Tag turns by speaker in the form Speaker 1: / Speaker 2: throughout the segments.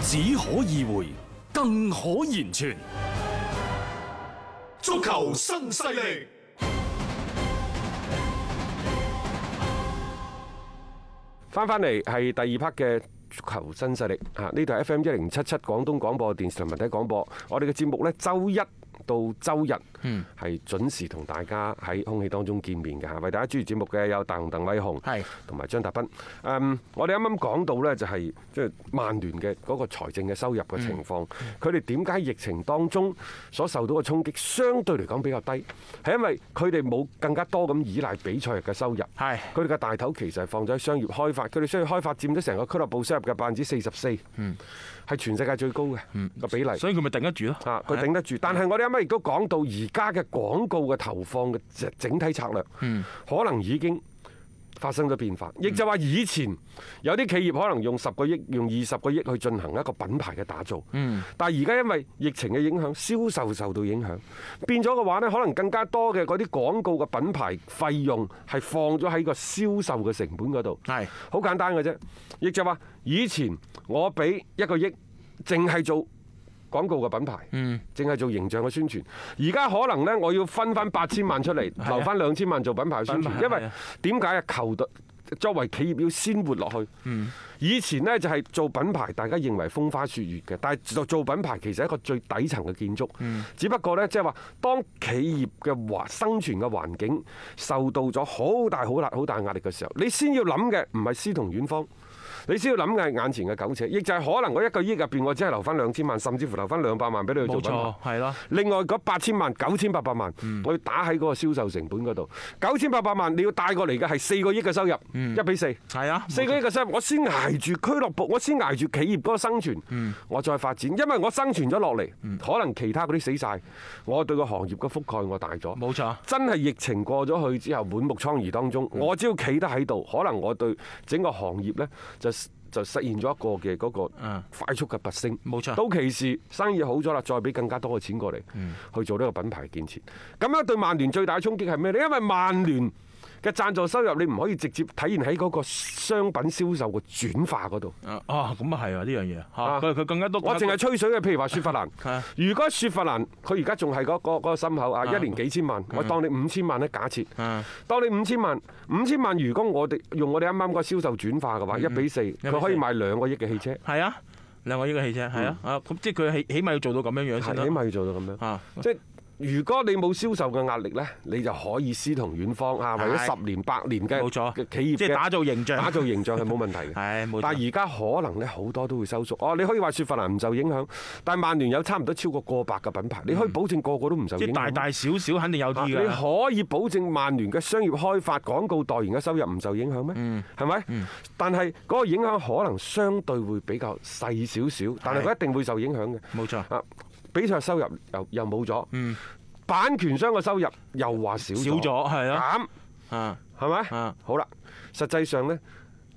Speaker 1: 只可意會，更可言傳。
Speaker 2: 足球新勢力。
Speaker 3: 翻翻嚟係第二 part 嘅足球新勢力嚇，呢度係 FM 一零七七廣東廣播電視台文體廣播，我哋嘅節目呢，周一到周日係準時同大家喺空氣當中見面嘅嚇，為大家主持節目嘅有大雄鄧偉雄，
Speaker 4: 係
Speaker 3: 同埋張達斌。誒，我哋啱啱講到呢，就係即係曼聯嘅嗰個財政嘅收入嘅情況，佢哋點解疫情當中所受到嘅衝擊相對嚟講比較低，係因為佢哋冇更加多咁依賴比賽日嘅收入。
Speaker 4: 係
Speaker 3: 佢哋嘅大頭其實係放咗喺商業開發，佢哋商業開發佔咗成個俱樂部收入嘅百分之四十四，係全世界最高嘅個比例。
Speaker 4: 所以佢咪頂得住咯。
Speaker 3: 啊！佢頂得住，但係我哋啱啱亦都講到而家嘅廣告嘅投放嘅整整體策略，可能已經發生咗變化。亦就話以前有啲企業可能用十個億、用二十個億去進行一個品牌嘅打造，但係而家因為疫情嘅影響，銷售受到影響，變咗嘅話呢，可能更加多嘅嗰啲廣告嘅品牌費用係放咗喺個銷售嘅成本嗰度，
Speaker 4: 係
Speaker 3: 好簡單嘅啫。亦就話以前我俾一個億，淨係做。廣告嘅品牌，
Speaker 4: 嗯
Speaker 3: 淨係做形象嘅宣傳。而家可能呢，我要分翻八千萬出嚟，留翻兩千萬做品牌宣
Speaker 4: 啊
Speaker 3: 傳，
Speaker 4: 品牌
Speaker 3: 因
Speaker 4: 係
Speaker 3: 為
Speaker 4: 啊
Speaker 3: 點解啊？球隊作為企業要鮮活落去。
Speaker 4: 嗯
Speaker 3: 以前呢，就係做品牌，大家認為風花雪月嘅，但係做做品牌其實係一個最底層嘅建築。
Speaker 4: 嗯
Speaker 3: 只不過呢，即係話當企業嘅環生存嘅環境受到咗好大好大好大壓力嘅時候，你先要諗嘅唔係詩同遠方。你先要諗嘅係眼前嘅苟且，亦就係可能我一個億入邊，我只係留翻兩千萬，甚至乎留翻兩百萬俾你去做
Speaker 4: 冇
Speaker 3: 品牌
Speaker 4: 錯，。嗯係咯，
Speaker 3: 另外嗰八千萬、九千八百萬，我要打喺嗰個銷售成本嗰度。九千八百萬你要帶過嚟嘅係四個億嘅收入，一比四。
Speaker 4: 嗯係啊，
Speaker 3: 四個億嘅收入，我先捱住俱樂部，我先捱住企業嗰個生存，
Speaker 4: 嗯
Speaker 3: 我再發展。因為我生存咗落嚟，可能其他嗰啲死晒，我對個行業嘅覆蓋我大咗。
Speaker 4: 冇錯
Speaker 3: 真係疫情過咗去之後，滿目瘡痍當
Speaker 4: 嗯
Speaker 3: 中，我只要企得喺度，可能我對整個行業呢就。就實現咗一個嘅嗰個
Speaker 4: 嗯
Speaker 3: 快速嘅拔升，
Speaker 4: 冇錯嗯
Speaker 3: 到其時生意好咗啦，再俾更加多嘅錢過嚟，去做呢個品牌建設。咁樣對曼聯最大嘅衝擊係咩呢？因為曼聯嘅贊助收入你唔可以直接體現喺嗰個商品銷售嘅轉化嗰度。
Speaker 4: 啊啊咁啊係啊呢樣嘢
Speaker 3: 啊
Speaker 4: 嚇，佢佢更加多。
Speaker 3: 我淨係吹水嘅，譬如話雪佛蘭
Speaker 4: 啊。
Speaker 3: 如果雪佛蘭佢而家仲係嗰嗰嗰個心口啊，一年幾千
Speaker 4: 嗯
Speaker 3: 萬，我當你五千萬咧，假設
Speaker 4: 啊，
Speaker 3: 當你五千萬，五千萬如果我哋用我哋啱啱嗰個銷售轉化嘅
Speaker 4: 嗯
Speaker 3: 話，一比四，佢可以買兩個億嘅汽車，
Speaker 4: 係啊，兩個呢個汽車係啊啊，咁即係佢起起碼要做到咁樣樣
Speaker 3: 嗯係
Speaker 4: 先啦
Speaker 3: 起。碼要做到咁樣。
Speaker 4: 啊，
Speaker 3: 即係如果你冇銷售嘅壓力呢，你就可以私同遠方啊，為咗
Speaker 4: 係
Speaker 3: 十年八年嘅
Speaker 4: 冇錯
Speaker 3: 嘅企業
Speaker 4: 即係
Speaker 3: 嘅
Speaker 4: 打造形象
Speaker 3: 打造形象係冇問題嘅。
Speaker 4: 係冇錯
Speaker 3: 但係而家可能呢，好多都會收縮。哦，你可以話雪佛蘭唔受影響，但係曼聯有差唔多超過過百嘅品牌，你可以保證個個都唔受
Speaker 4: 嗯即
Speaker 3: 影
Speaker 4: 係
Speaker 3: 響。
Speaker 4: 大大小小肯定有
Speaker 3: 啊
Speaker 4: 啲
Speaker 3: 你
Speaker 4: 㗎。
Speaker 3: 可以保證曼聯嘅商業開發、廣告代言嘅收入唔受影響咩？係咪？但係嗰個影響可能相對會比較細少少，但係佢一定會受影響嘅。
Speaker 4: 冇錯
Speaker 3: 啊，比賽收入又又冇咗，版權商嘅收入又話少
Speaker 4: 少咗係啊
Speaker 3: 減
Speaker 4: 啊
Speaker 3: 係咪
Speaker 4: 啊？
Speaker 3: 好啦，實際上呢，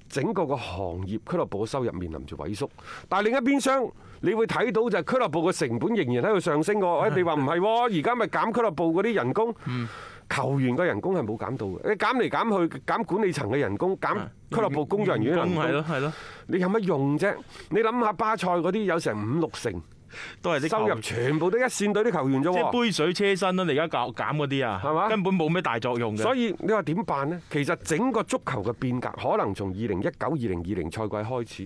Speaker 3: 整個個行業俱樂部嘅收入面臨住萎縮，但係另一邊廂，你會睇到就係俱樂部嘅成本仍然喺度上升喎。喂，你話唔係喎？而家咪減俱樂部嗰啲人工，球員嘅人工係冇減到嘅。你減嚟減去，減管理層嘅人工，減俱樂部工作人員嘅人
Speaker 4: 啊工係咯
Speaker 3: 工，
Speaker 4: 係咯，
Speaker 3: 你有乜用啫？你諗下巴塞嗰啲有成五六成
Speaker 4: 都係啲
Speaker 3: 收
Speaker 4: 球
Speaker 3: 入啊
Speaker 4: 員
Speaker 3: 全部都一線隊啲球員啫
Speaker 4: 即係
Speaker 3: 喎。
Speaker 4: 杯水車薪咯。你而家減減嗰啲啊，
Speaker 3: 係嘛
Speaker 4: 根本冇咩大作用嘅。
Speaker 3: 所
Speaker 4: 以
Speaker 3: 以你話點辦呢？其實整個足球嘅變革，可能從二零一九、二零二零賽季開始，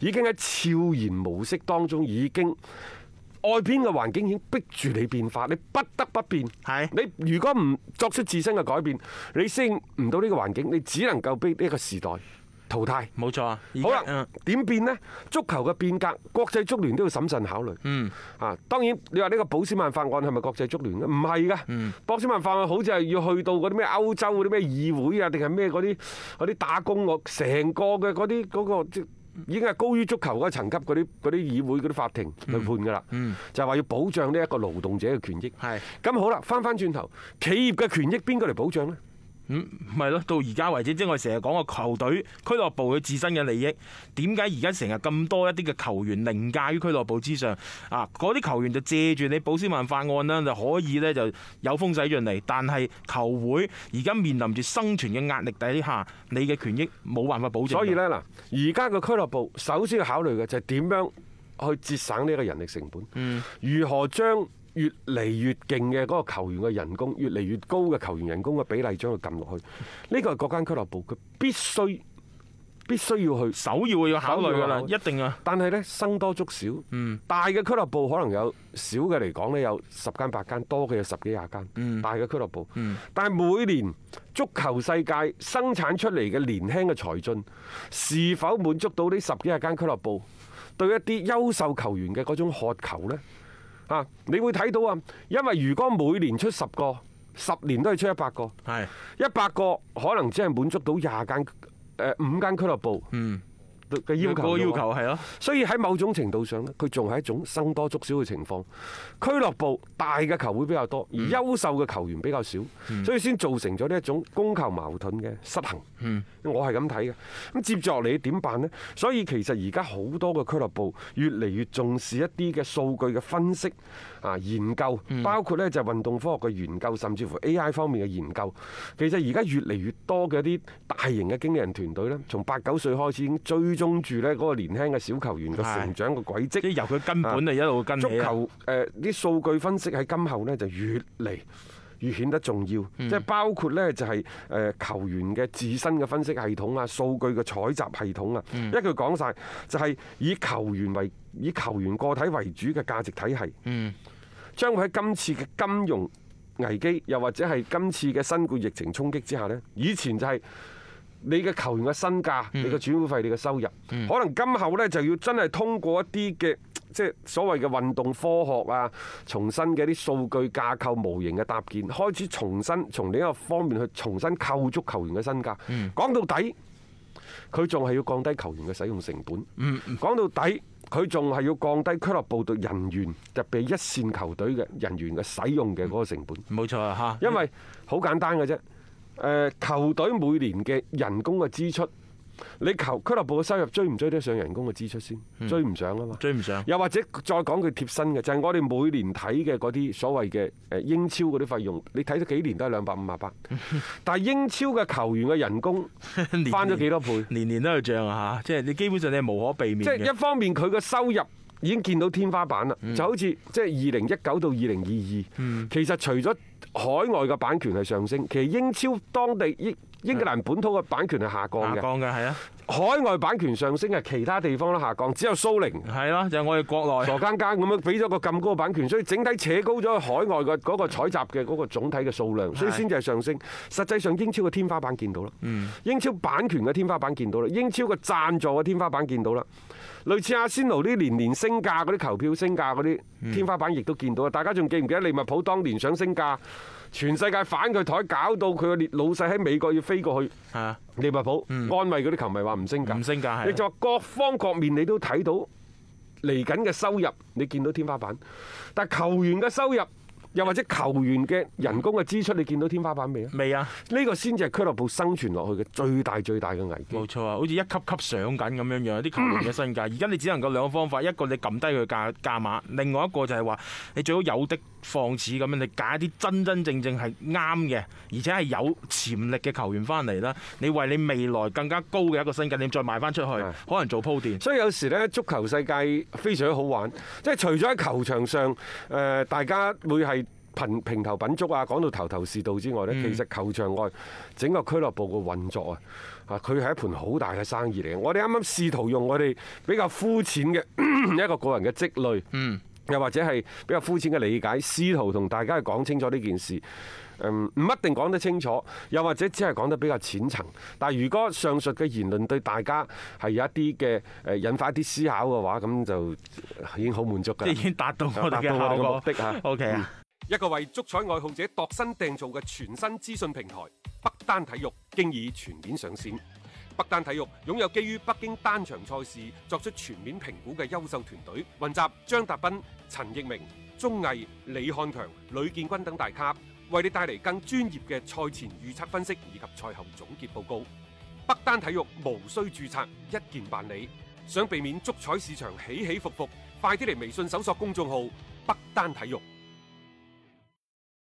Speaker 3: 已經喺悄然模式當中已經。外邊嘅環境已經逼住你變化，你不得不變。
Speaker 4: 係
Speaker 3: 你如果唔作出自身嘅改變，你適應唔到呢個環境，你只能夠被呢個時代淘汰。
Speaker 4: 冇錯啊。而家
Speaker 3: 好啦
Speaker 4: 嗯，
Speaker 3: 點變呢？足球嘅變革，國際足聯都要審慎考慮。嗯，啊，當然你話呢個保斯曼法案係咪國際足聯咧？唔係噶，博斯曼法案好似係要去到嗰啲咩歐洲嗰啲咩議會啊，定係咩嗰啲嗰啲打工我成個嘅嗰啲嗰個即已經係高於足球嗰個層級嗰啲嗰啲議會嗰啲法庭去判㗎啦。就係話要保障呢一個勞動者嘅權益。
Speaker 4: 係
Speaker 3: 咁好啦，翻翻轉頭，企業嘅權益邊個嚟保障呢？
Speaker 4: 咪咯，到而家為止，即係我哋成日講個球隊、俱樂部佢自身嘅利益，點解而家成日咁多一啲嘅球員凌駕於俱樂部之上啊？嗰啲球員就借住你保斯曼法案啦，就可以呢就有風使盡嚟，但係球會而家面臨住生存嘅壓力底下，你嘅權益冇辦法保證。
Speaker 3: 所以，呢，嗱，而家嘅俱樂部首先要考慮嘅就係點樣去節省呢一個人力成本，如何將越嚟越勁嘅嗰個球員嘅人工，越嚟越高嘅球員人工嘅比例將佢撳落去，呢個係嗰間俱樂部佢必須必須要去。
Speaker 4: 首要要考慮㗎啦
Speaker 3: 首要考，慮
Speaker 4: 一定啊，
Speaker 3: 但係呢，生多足少，
Speaker 4: 嗯
Speaker 3: 大嘅俱樂部可能有少嘅嚟講呢，有十間八間，多嘅有十幾廿間，
Speaker 4: 嗯
Speaker 3: 大嘅俱樂部。但係每年足球世界生產出嚟嘅年輕嘅才俊，是否滿足到呢十幾廿間俱樂部對一啲優秀球員嘅嗰種渴求呢？啊，你會睇到啊，因為如果每年出十個，十年都係出一百個。
Speaker 4: 係
Speaker 3: 一百個可能只係滿足到廿間誒五間俱樂部嘅要
Speaker 4: 嗰嗯個
Speaker 3: 求。
Speaker 4: 要求，係咯，
Speaker 3: 所以喺某種程度上咧，佢仲係一種生多足少嘅情況。俱樂部大嘅球會比較多，而優秀嘅球員比較少，所以先造成咗呢一種供求矛盾嘅失衡。我係咁睇嘅。咁接住落嚟點辦呢？所以其實而家好多嘅俱樂部越嚟越重視一啲嘅數據嘅分析啊研究，包括呢就係運動科學嘅研究，甚至乎 AI 方面嘅研究。其實而家越嚟越多嘅一啲大型嘅經理人團隊呢，從八九歲開始已經追蹤住呢嗰個年輕嘅小球員嘅
Speaker 4: 係
Speaker 3: 成長嘅軌
Speaker 4: 即係
Speaker 3: 跡。
Speaker 4: 由佢根本就一路跟
Speaker 3: 足
Speaker 4: 起啊
Speaker 3: 球誒啲數據分析喺今後呢就越嚟越顯得重要，
Speaker 4: 嗯
Speaker 3: 即係包括呢就係誒球員嘅自身嘅分析系統啊、數據嘅採集系統啊，
Speaker 4: 嗯
Speaker 3: 一句講晒就係以球員為以球員個體為主嘅價值體系，
Speaker 4: 嗯
Speaker 3: 將會喺今次嘅金融危機，又或者係今次嘅新冠疫情衝擊之下呢，以前就係、你嘅球員嘅身價、你嘅轉會費、你嘅收入，可能今後呢就要真係通過一啲嘅即係所謂嘅運動科學啊，重新嘅一啲數據架構模型嘅搭建，開始重新從呢一個方面去重新構築球員嘅身價。講到底，佢仲係要降低球員嘅使用成本。講到底，佢仲係要降低俱樂部對人員，特別係一線球隊嘅人員嘅使用嘅嗰個成本。
Speaker 4: 冇錯啊嚇，
Speaker 3: 因為好簡單嘅啫。誒、球隊每年嘅人工嘅支出，你球俱樂部嘅收入追唔追得上人工嘅支出先？追唔上啊嘛。
Speaker 4: 嗯追唔上。
Speaker 3: 又或者再講佢貼身嘅，就係、我哋每年睇嘅嗰啲所謂嘅誒英超嗰啲費用，你睇咗幾年都係兩百五 十八，但係英超嘅球員嘅人工
Speaker 4: 年
Speaker 3: 翻咗幾多倍？
Speaker 4: 年年都係漲啊嚇，即係你基本上你係無可避免
Speaker 3: 即係
Speaker 4: 嘅
Speaker 3: 一。方面佢嘅收入已經見到天花板啦，就好似即係二零一九到二零二二，其實除咗海外嘅版權係上升，其實英超當地英英格蘭本土嘅版權係下降
Speaker 4: 下
Speaker 3: 嘅，
Speaker 4: 降嘅係啊，
Speaker 3: 海外版權上升係其他地方都下降，只有蘇寧。
Speaker 4: 係啦，就係我哋國內
Speaker 3: 傻更更咁樣俾咗個咁高嘅版權，所以整體扯高咗海外嘅嗰個採集嘅嗰個總體嘅數量，所以先至係上升。實際上英超嘅天花板見到啦，英超版權嘅天花板見到啦，英超嘅贊助嘅天花板見到啦。類似阿仙奴呢年年升價嗰啲球票升價嗰啲天花板亦都見到啦。大家仲記唔記得利物浦當年想升價，全世界反佢台，搞到佢嘅老細喺美國要飛過去
Speaker 4: 係啊，
Speaker 3: 利物浦安慰嗰啲球迷話唔升價，
Speaker 4: 唔升價係
Speaker 3: 你就話各方各面你都睇到嚟緊嘅收入，你見到天花板，但係球員嘅收入又或者球員嘅人工嘅支出，你見到天花板未啊？
Speaker 4: 未啊，
Speaker 3: 呢個先至係俱樂部生存落去嘅最大最大嘅危機。
Speaker 4: 冇錯啊，好似一級級上緊咁樣樣，啲球員嘅 身價。而家你只能夠兩個方法，一個你撳低佢價價碼，另外一個就係話你最好有的放矢咁樣，你揀一啲真真正正係啱嘅，而且係有潛力嘅球員翻嚟啦。你為你未來更加高嘅一個身價，你再賣翻出去，可能做鋪墊。
Speaker 3: 所以有時咧，足球世界非常好玩，即係除咗喺球場上，誒、呃大家會係平平頭品足啊，講到頭頭是道之外咧，其實球場外整個俱樂部嘅運作啊，啊，佢係一盤好大嘅生意嚟嘅。我哋啱啱試圖用我哋比較膚淺嘅嗯一個個人嘅積累，嗯，又或者係比較膚淺嘅理解，試圖同大家去講清楚呢件事。嗯唔一定講得清楚，又或者只係講得比較淺層。但係如果上述嘅言論對大家係有一啲嘅誒引發一啲思考嘅話，咁就已經好滿足㗎
Speaker 4: 即
Speaker 3: 啦。
Speaker 4: 係已經啊達到我哋嘅
Speaker 3: 達到我哋嘅
Speaker 4: 效果
Speaker 3: 目的啊
Speaker 4: O K 啊。
Speaker 3: 一個為足彩愛好者度身訂造嘅全新資訊平台北單體育，經已全面上線。北單體育擁有基於北京單場賽事作出全面評估嘅優秀團隊，雲集張達斌、陳奕明、鐘毅、李漢強、呂建軍等大咖，為你帶嚟更專業嘅賽前預測分析以及賽後總結報告。北單體育無需註冊，一鍵辦理。想避免足彩市場起起伏伏，快啲嚟微信搜索公眾號北單體育。